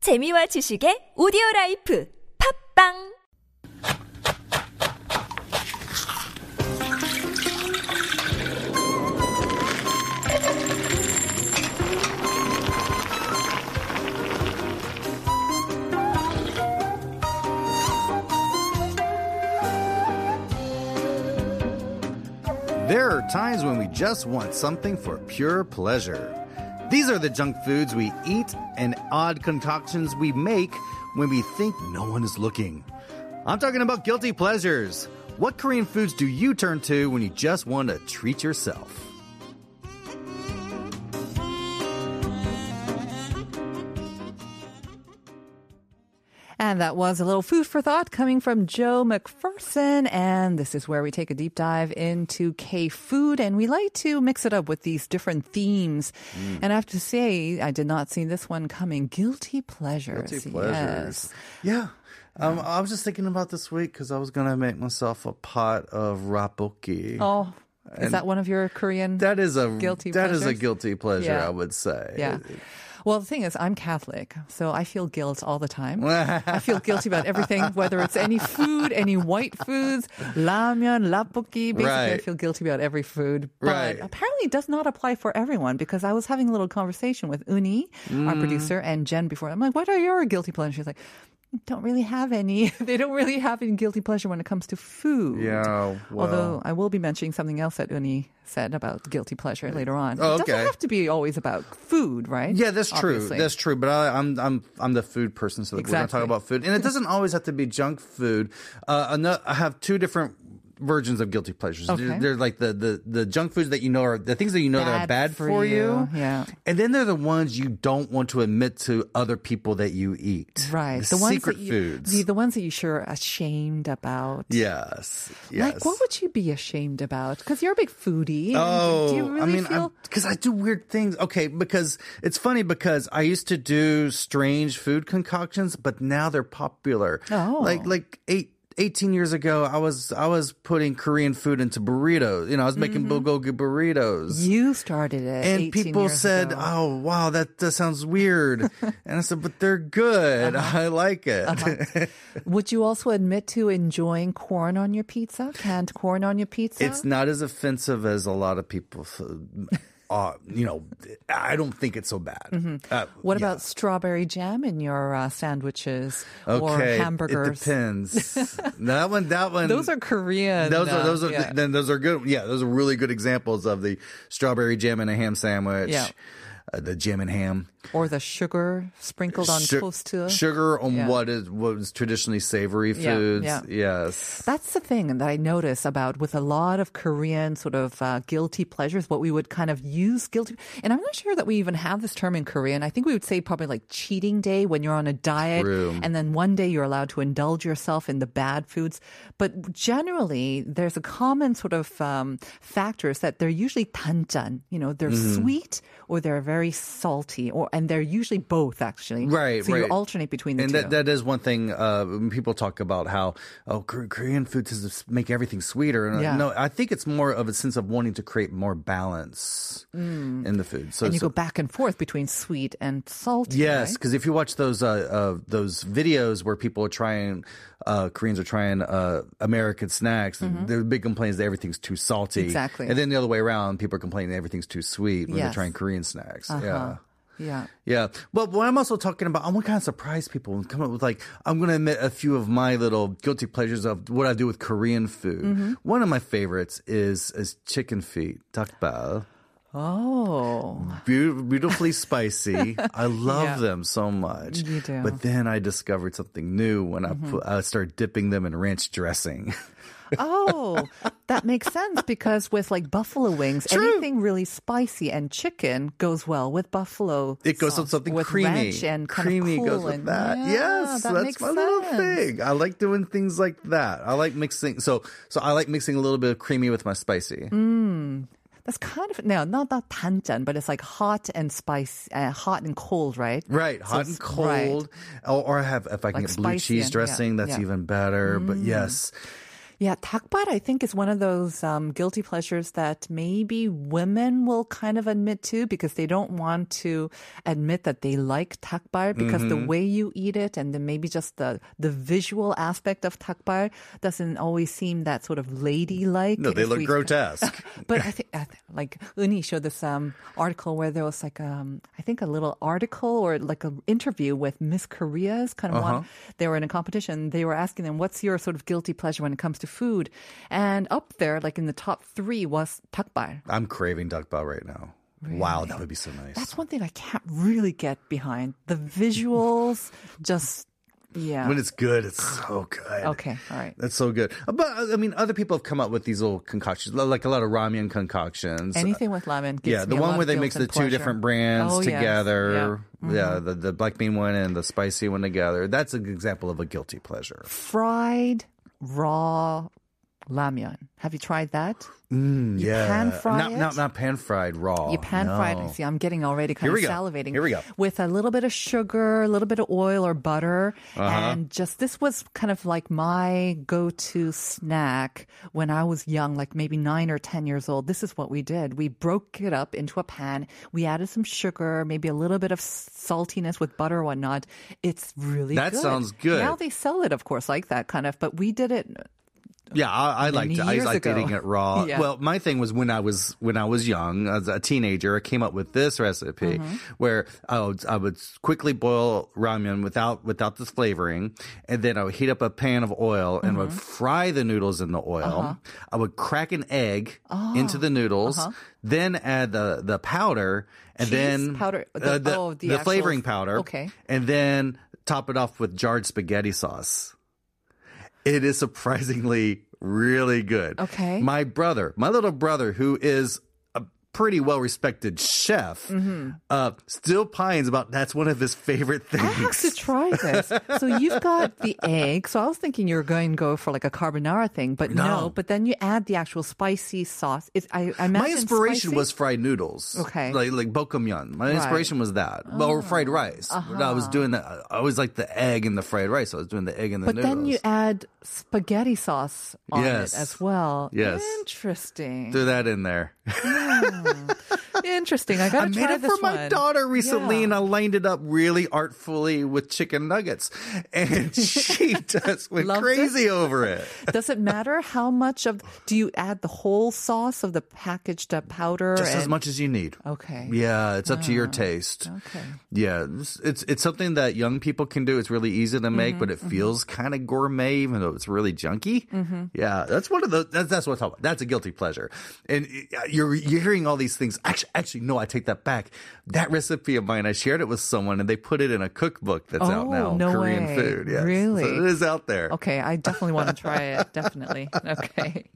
재미와 지식의 오디오 라이프 팝빵 There are times when we just want something for pure pleasure. These are the junk foods we eat and odd concoctions we make when we think no one is looking. I'm talking about guilty pleasures. What Korean foods do you turn to when you just want to treat yourself? And that was a little food for thought coming from Joe McPherson. And this is where we take a deep dive into K food. And we like to mix it up with these different themes. And I have to say, I did not see this one coming. Guilty pleasures. Yes. Yeah. Um, I was just thinking about this week because I was going to make myself a pot of rapoki. Oh, is that one of your Korean? That is a Guilty that is a pleasures? guilty pleasure, Yeah. I would say. yeah. Well, the thing is, I'm Catholic, so I feel guilt all the time. I feel guilty about everything, whether it's any food, any white foods, ramen, lapokki. Basically, I Right. feel guilty about every food. But Right. apparently, it does not apply for everyone because I was having a little conversation with Uni, Mm. our producer, and Jen before. I'm like, what are your guilty pleasures? She's like, don't really have any. they don't really have any guilty pleasure when it comes to food. Yeah, well. Although I will be mentioning something else that Uni said about guilty pleasure later on. Oh, It doesn't okay. have to be always about food, right? Yeah, that's true. Obviously. That's true. But I, I'm I'm I'm the food person, so we're gonna talk Exactly. about food, and it doesn't always have to be junk food. Uh, ano- I have two different versions of guilty pleasures. They're, Okay. they're like the, the the junk foods that you know are the things that you know that are bad Bad for for, you. you, yeah. And then they're the ones you don't want to admit to other people that you eat. right. The, secret that you, foods. The, the ones that you sure are ashamed about. yes. Yes. Like, what would you be ashamed about? Because you're a big foodie. and Oh, do you really I mean, feel? because I do weird things. Okay, because it's funny because I used to do strange food concoctions, but now they're popular. Oh. like like eight. 18 years ago, I was I was putting Korean food into burritos. You know, I was making bulgogi burritos, you started it. and 18 people Mm-hmm. years said, ago. "Oh, wow, that, that sounds weird." and I said, "But they're good. Uh-huh. I like it." Would you also admit to enjoying corn on your pizza? Canned corn on your pizza? It's not as offensive as a lot of people. th- Uh, you know, I don't think it's so bad. Uh, Mm-hmm. What yeah. about strawberry jam in your uh, sandwiches or It hamburgers? depends. that one, that one. Those are Korean. Those are uh, those are yeah. then those are good. Yeah, those are really good examples of the strawberry jam and a ham sandwich. Yeah. Uh, the jam and ham, or the sugar sprinkled on Su- toast too. sugar on Yeah. what is what is traditionally savory Yeah, foods. yeah. Yes, That's the thing that I notice about with a lot of Korean sort of uh, guilty pleasures, what we would kind of use guilty. And I'm not sure that we even have this term in Korean. I think we would say probably like cheating day when you're on a diet True. and then one day you're allowed to indulge yourself in the bad foods. But generally, there's a common sort of um, factors that they're usually tanjan. You know, they're Mm-hmm. sweet or they're very salty or, and they're usually both actually. Right, So you right. alternate between the and two. that that is one thing. Uh, when people talk about how oh Kor- Korean food tends to s- make everything sweeter. And uh, Yeah. no, I think it's more of a sense of wanting to create more balance in the food. So Mm. and you so- go back and forth between sweet and salty. Yes, right? because if you watch those uh, uh, those videos where people are trying, uh, Koreans are trying uh, American snacks, the big complaint is that everything's too salty. Mm-hmm. Exactly. And then the other way around, people are complaining that everything's too sweet when they're Yes. trying Korean snacks. Yeah. Uh-huh. Yeah. Yeah. But what I'm also talking about, I'm kind of surprise people and come up with like, I'm going to admit a few of my little guilty pleasures of what I do with Korean food. Mm-hmm. One of my favorites is is chicken feet, dakbal. Oh, Beau- beautifully spicy. I love Yeah. them so much. You do. Mm-hmm. But then I discovered something new when I put, I started dipping them in ranch dressing. oh, that makes sense because with like buffalo wings, anything really spicy and chicken goes well with buffalo. It goes sauce, with something with creamy. ranch and kind of creamy goes with cool and- that. Yeah, yes, that that's makes my little sense. thing. I like doing things like that. I like mixing. So so I like mixing a little bit of creamy with my spicy. Mm-hmm. That's kind of no, not that tanjan, but it's like hot and spice, uh, hot and cold, right? Right, So hot and it's- right. cold, or, or I have if I can Like get blue spicy cheese and- yeah, Mm. dressing, that's yeah. even better. But yes, Yeah, takbat I think is one of those um, guilty pleasures that maybe women will kind of admit to because they don't want to admit that they like takbar because Mm-hmm. the way you eat it and then maybe just the the visual aspect of takbar doesn't always seem that sort of ladylike. No, they if look we- grotesque. But I think, I th- like, Uni showed this um, article where there was like, um, I think a little article or like an interview with Miss Korea's kind of one. Uh-huh. They were in a competition. They were asking them, what's your sort of guilty pleasure when it comes to food? And up there, like in the top three was takbar. I'm craving dakbao right now. Wow, that would be so nice. That's one thing I can't really get behind. The visuals just, yeah. when it's good, it's so good. okay, all right. That's so good. Uh, But I mean, other people have come up with these little concoctions, like a lot of ramen concoctions. Anything with lemon gives yeah, me the a one lot where of they guilt mix the and two pleasure. different brands Oh, yes. together. Yeah. Mm-hmm. Yeah, the, the black bean one and the spicy one together. That's an example of a guilty pleasure. fried raw ramyun. Have you tried that? Oh, you yeah. pan fry not, it? Not, not pan fried raw. You pan no. fried. See, I'm getting already Here kind of we go. salivating. Here we go. With a little bit of sugar, a little bit of oil or butter, Uh-huh. and just this was kind of like my go-to snack when I was young, like maybe nine or ten years old. This is what we did. We broke it up into a pan. We added some sugar, maybe a little bit of saltiness with butter or whatnot. It's really That good. sounds good. Now they sell it, of course, like that kind of. But we did it Yeah, I, I liked it. I years liked ago. eating it raw. Yeah. Well, my thing was when I was when I was young, as a teenager, I came up with this recipe Mm-hmm. where I would, I would quickly boil ramen without without the flavoring, and then I would heat up a pan of oil and Mm-hmm. would fry the noodles in the oil. I Uh-huh. would crack an egg Oh, into the noodles, then add the the powder, and Cheese then powder? uh, The- the, oh, the the actual- flavoring powder. okay. and then top it off with jarred spaghetti sauce. It is surprisingly really good. Okay. My brother, my little brother, who is a pretty well respected chef, uh, still pines about that's one of his favorite things. Mm-hmm. I have to try this. So you've got the egg. So I was thinking you were going to go for like a carbonara thing, but no. No. but then you add the actual spicy sauce. It's, I, I My imagine inspiration spicy? was fried noodles. Okay. Oh. Like like bokomyeon. My inspiration was that. Or fried rice. I Uh-huh. was doing that. I always like the egg and the fried rice. I was doing the egg and the But noodles. then you add spaghetti sauce on Yes. it as well. Yes. Interesting. Threw that in there. Interesting. I I gotta made try it for this my one. daughter recently, Yeah. and I lined it up really artfully with chicken nuggets, and she just went Loved it. crazy over it. Does it matter how much of do you add the whole sauce of the packaged up powder? Just as and- much as you need. Okay. Yeah, it's up to your taste. Oh, Okay. Yeah, it's, it's it's something that young people can do. It's really easy to make, Mm-hmm, but it feels kind of gourmet, even though it's really junky. Mm-hmm. Yeah, that's one of the that's, that's what I'm talking about. That's a guilty pleasure, and uh, you're you're hearing all these things. Actually, actually, no, I take that back. That recipe of mine, I shared it with someone, and they put it in a cookbook that's out Oh, now. no Korean way. food, yes. Really? so it is out there. Okay, I definitely want to try it. Definitely. Okay.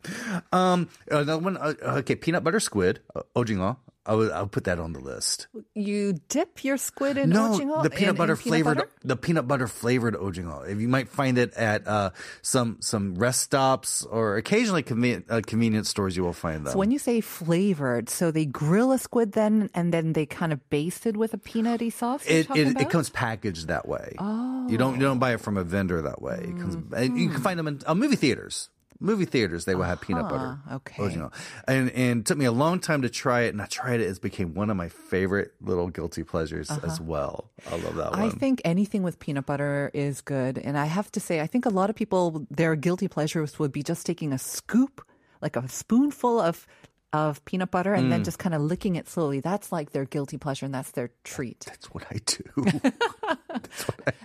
Another one, uh, okay, peanut butter squid, uh, ojingo. I would I'll put that on the list. You dip your squid in no, ojingo? the peanut in- in butter flavored butter? the peanut butter flavored ojingo. If You might find it at uh, some some rest stops or occasionally conven- uh, convenience stores. You will find them. So when you say flavored, so they grill a squid then, and then they kind of baste it with a peanutty sauce. you're it, talking it, it about? comes packaged that way. Oh. You don't you don't buy it from a vendor that way. It comes Hmm. and you can find them in uh, movie theaters. Movie theaters they will have peanut butter. Uh-huh. okay. Ojingo. And and it took me a long time to try it and I tried it. It became one of my favorite little guilty pleasures as well. I love that one. Uh-huh. I think anything with peanut butter is good, and I have to say, I think a lot of people their guilty pleasures would be just taking a scoop, like a spoonful of of peanut butter, Mm. and then just kind of licking it slowly. That's like their guilty pleasure, and that's their treat, That's what I do.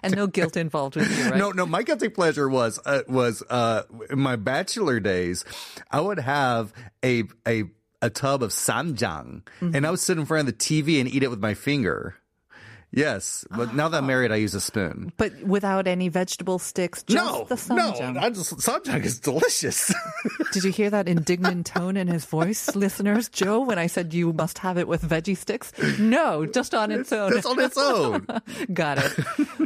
and no guilt involved with you, right? No, no. My guilty pleasure was uh, was uh, in my bachelor days. I would have a a a tub of samjang, Mm-hmm. and I would sit in front of the TV and eat it with my finger. Yes, but now that Ah. I'm married, I use a spoon. But without any vegetable sticks, just no, the no, samjang. I just, samjang is delicious. Did you hear that indignant tone in his voice, listeners? Joe, when I said you must have it with veggie sticks? No, just on its own. it's on its own. Got it.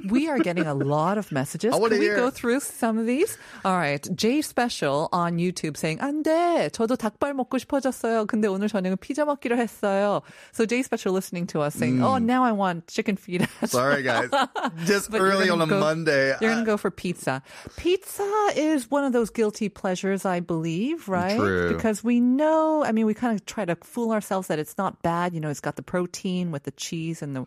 We are getting a lot of I messages. Can wanna we hear go it. through some of these? All right. Jay Special on YouTube saying, 안 돼. 저도 닭발 먹고 싶어졌어요. 근데 오늘 저녁은 피자 먹기로 했어요. So Jay Special listening to us saying, oh, now I want chicken can feed us. Sorry, guys. Just But you're early on gonna a go- Monday. You're I- going to go for pizza. Pizza is one of those guilty pleasures, I believe, right? True. Because we know, I mean, we kind of try to fool ourselves that it's not bad. You know, it's got the protein with the cheese and the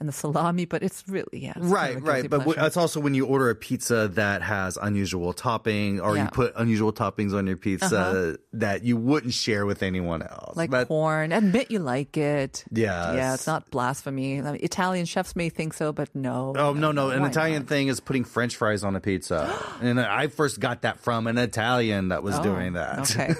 and the salami, but it's really, yeah. it's kind Right, of a right. guilty But w- pleasure. that's also when you order a pizza that has unusual topping or you Yeah. Uh-huh. put unusual toppings on your pizza that you wouldn't share with anyone else. like But- corn. Admit you like it. Yeah, Yes. it's not blasphemy. I mean, Italian chefs may think so, but no. Oh no no! An Why Italian thing is putting French fries on a pizza, and I first got that from an Italian that was doing that. Oh, okay.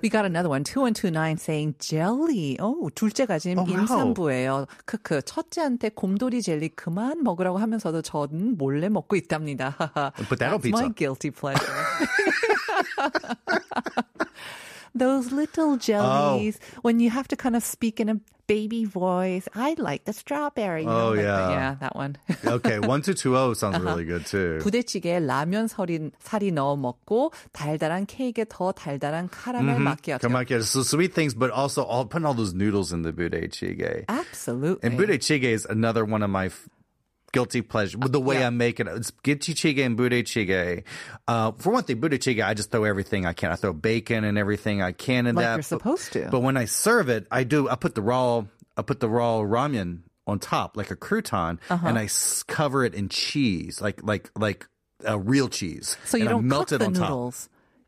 we got another one. 2129 saying jelly. Oh, 둘째가 지금 Oh, wow. 임산부예요. 크크. 첫째한테 곰돌이 젤리 그만 먹으라고 하면서도 저는 몰래 먹고 있답니다. But that'll That's pizza. my guilty pleasure. Those little jellies, Oh. when you have to kind of speak in a baby voice. I like the strawberry. you know, Oh, like that. yeah. Yeah, that one. okay, one two two zero Uh-huh. sounds really good too. 부대찌개에 라면 살이, 살이 넣어 먹고 달달한 케이크에 더 달달한 카라멜 Mm-hmm. 마키아토. Come on, kids. So sweet things, but also all putting all those noodles in the budae jjigae. Absolutely. And budae jjigae is another one of my f- guilty pleasure. The way yeah. I make it, it's guilty jjigae and budae jjigae. Uh, for one thing, budae jjigae, I just throw everything I can. I throw bacon and everything I can in Like that. you're but- supposed to. But when I serve it, I do. I put the raw. I put the raw ramen on top, like a crouton, Uh-huh. and I s- cover it in cheese, like like like uh, real cheese. so you And I don't melt it cook the on top. noodles.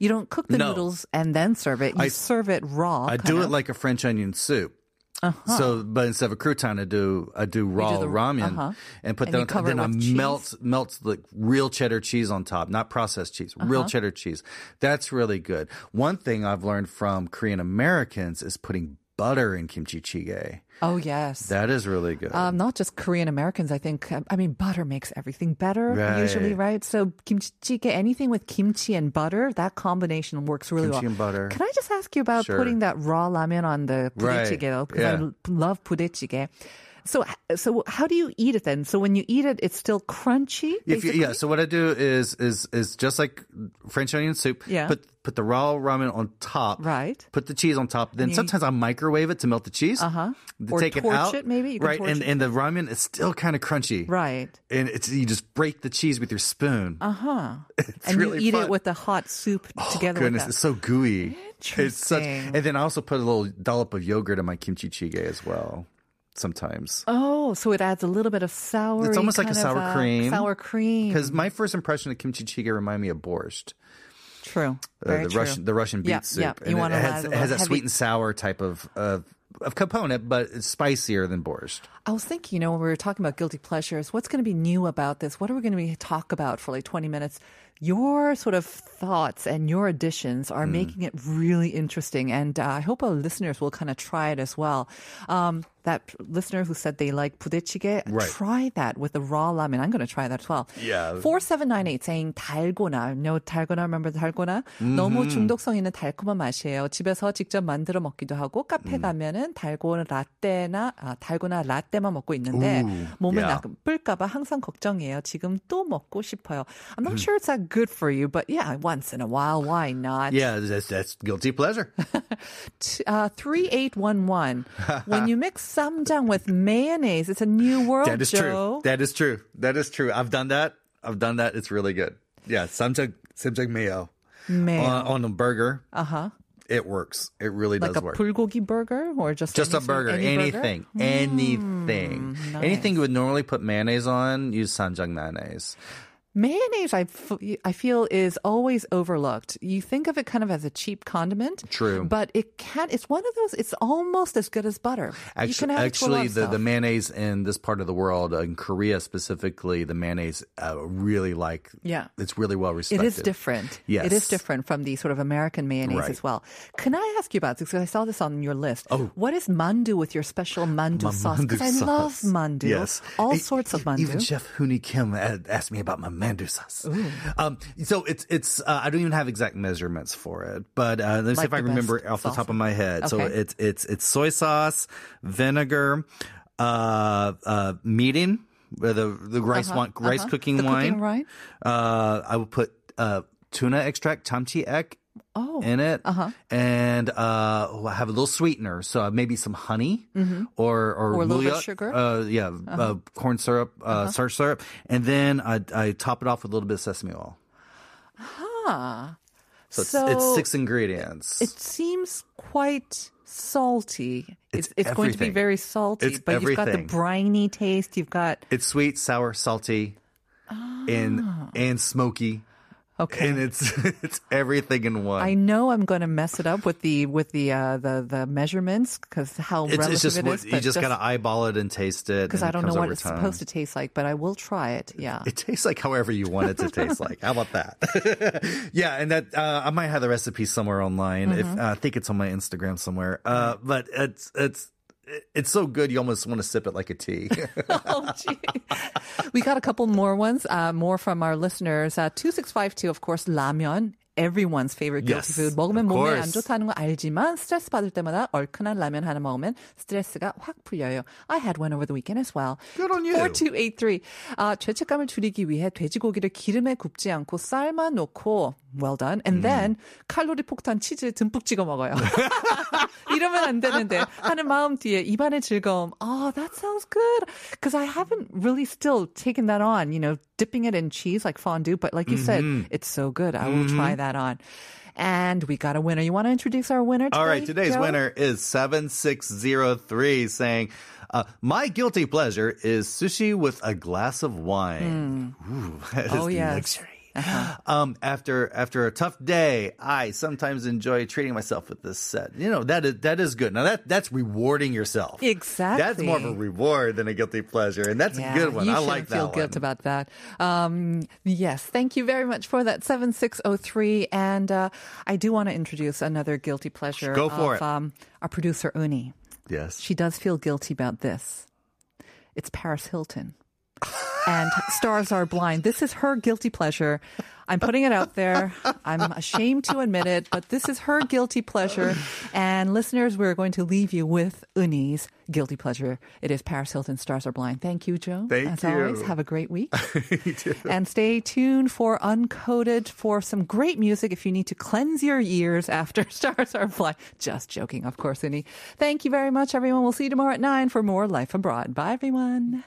You don't cook the No. noodles and then serve it. You I- serve it raw. I do it like a French onion soup. So, but instead of a crouton, I do I do raw Uh-huh. the- ramen uh-huh. and put And you that on, cover it then I with cheese? melt melt like real cheddar cheese on top, not processed cheese, real Uh-huh. cheddar cheese. That's really good. One thing I've learned from Korean Americans is putting butter in kimchi jjigae. oh yes. That is really good. um, not just Korean Americans, I think. I mean, butter makes everything better Right. usually, right? So kimchi jjigae, anything with kimchi and butter, that combination works really Kimchi well. and butter. Can I just ask you about Sure. putting that raw ramen on the Right. 부대찌개 though? Because I Yeah. l- love 부대찌개. So, so how do you eat it then? So when you eat it, it's still crunchy. If you, basically? yeah, so what I do is is is just like French onion soup. Yeah. Put put the raw ramen on top. Right. Put the cheese on top. Then sometimes I microwave it to melt the cheese. Uh huh. Uh-huh. Or Take torch it out. it, maybe? You can right. torch And it. and the ramen is still kind of crunchy. right. And it's you just break the cheese with your spoon. Uh huh. It's Uh-huh. and really you eat fun. Oh, it with the hot soup together Goodness, it's with so that. gooey. It's such, Interesting. and then I also put a little dollop of yogurt in my kimchi jjigae as well. Sometimes. Oh, so it adds a little bit of sour. It's almost like a sour cream. uh, Sour cream. Because my first impression of kimchi jjigae reminded me of borscht. True. uh, Very the true. Russian the Russian beet Yeah, soup. yeah. You And wanna it add has, a it has little that sweet heavy- and sour type of of, of component, but it's spicier than borscht. I was thinking, you know, when we were talking about guilty pleasures, what's going to be new about this? What are we going to be talk about for like 20 minutes? Your sort of thoughts and your additions are making it really interesting. And uh, I hope our listeners will kind of try it as well. Um, that listener who said they like 부대찌개, Right. try that with the raw ramen. I'm going to try that as well. Yeah. 4798 saying 달고나. No, 달고나. Remember 달고나? Mm-hmm. 너무 중독성 있는 달콤한 맛이에요. 집에서 직접 만들어 먹기도 하고 카페 Mm. 가면은 달고나 라떼나 아, 달고나 라떼만 먹고 있는데 Ooh, 몸을 yeah. 나쁠까 봐 항상 걱정이에요. 지금 또 먹고 싶어요. I'm Mm. not sure it's that good for you, but yeah, once in a while, why not? Yeah, that's that's guilty pleasure. T- Uh, 3811. when you mix samjang with mayonnaise, it's a new world, that is Oh, Joe. true. That is true. That is true. I've done that. I've done that. It's really good. Yeah, samjang samjang mayo Mayo. Uh-huh. on, on a burger. Uh huh. It works. It really like does a work. bulgogi burger or just just a any sort- burger, any Mm, anything, anything, anything you would normally put mayonnaise on, use samjang mayonnaise. Mayonnaise, I, f- I feel, is always overlooked. You think of it kind of as a cheap condiment. True. But it can, it's one of those, it's almost as good as butter. you can Actually, have actually it the, to a lot of the stuff. mayonnaise in this part of the world, uh, in Korea specifically, the mayonnaise uh, really like. Yeah. it's really well It respected. is different. It is Yes. different from the sort of American mayonnaise Right. as well. Can I ask you about this? Because I saw this on your list. Oh. What is mandu with your special mandu sauce? Because I Mandu love sauce. mandu. Yes, All E- sorts of mandu. Even Chef Huni Kim a- asked me about my mandu sauce. Um, so it's it's uh, I don't even have exact measurements for it, but uh, let me see Like if I the remember best off the top salsa. of my head. So Okay. it's it's it's soy sauce, vinegar, uh, uh, meeting. The the rice wine, rice Uh-huh. cooking the wine, Cooking wine. Uh, I would put uh, tuna extract, tamchi ek, Oh. in it, Uh-huh. and uh, oh, I have a little sweetener, so uh, maybe some honey or or, Mm-hmm. Or a little bit of bouillot, sugar? Uh-huh. Uh, yeah, uh, corn syrup, uh, starch syrup, and then I, I top it off with a little bit of sesame oil. Ah. So, it's, it's six ingredients. It seems quite salty. It's It's, it's going to be everything. very salty, It's but you've got the everything. briny taste. You've got It's sweet, sour, salty, and and smoky, Ah. okay. and it's it's everything in one. I know I'm going to mess it up with the with the uh, the the measurements because how it's, relative it's just it what- is. you just, gotta eyeball it and taste it because and I it don't know comes what over it's time. supposed to taste like, but I will try it. Yeah. It tastes like however you want it to taste like. How about that? yeah, and that uh, I might have the recipe somewhere online. If uh, I think it's on my Instagram somewhere. Uh, but it's it's it's so good you almost want to sip it like a tea. Oh, gee. we got a couple more ones, uh, more from our listeners. Uh, 2652, of course, 라면. Everyone's favorite guilty Yes, food. 먹으면 of 몸에 안 course. 좋다는 거 알지만 스트레스 받을 때마다 얼큰한 라면 하나 먹으면 스트레스가 확 풀려요. I had one over the weekend as well. Good on you. 4283. 아, 죄책감을 줄이기 위해 돼지고기를 기름에 굽지 않고 삶아 놓고 well done. 음. And then 칼로리 폭탄 치즈 듬뿍 찍어 먹어요. 이러면 안 되는데 하는 마음 뒤에 입안의 즐거움. Oh, that sounds good. Because I haven't really still taken that on, you know, dipping it in cheese like fondue. But like you said, Mm-hmm. it's so good. I will try that on. And we got a winner. You want to introduce our winner? Today, All right, today's Joe? winner is 7603 saying, uh, My guilty pleasure is sushi with a glass of wine. Ooh, that is Oh, yes. Uh-huh. luxury. Um, after after a tough day, I sometimes enjoy treating myself with this set. You know that is that is good. Now that that's rewarding yourself. That's more of a Exactly. reward than a guilty pleasure, and that's Yeah, a good one. You I shouldn't like that feel one. guilt about that. Um, yes, thank you very much for that seven six zero three. And uh, I do want to introduce another guilty pleasure. Go for of, it. Um, our producer Uni. yes. She does feel guilty about this. It's Paris Hilton. And stars are blind. This is her guilty pleasure. I'm putting it out there. I'm ashamed to admit it, but this is her guilty pleasure. And listeners, we're going to leave you with Uni's guilty pleasure. It is Paris Hilton, Stars Are Blind. Thank you, Joe. Thank As you. always, have a great week. And stay tuned for Uncoded for some great music if you need to cleanse your ears after Stars Are Blind. Just joking, of course, Uni. Thank you very much, everyone. We'll see you tomorrow at 9 for more Life Abroad. Bye, everyone.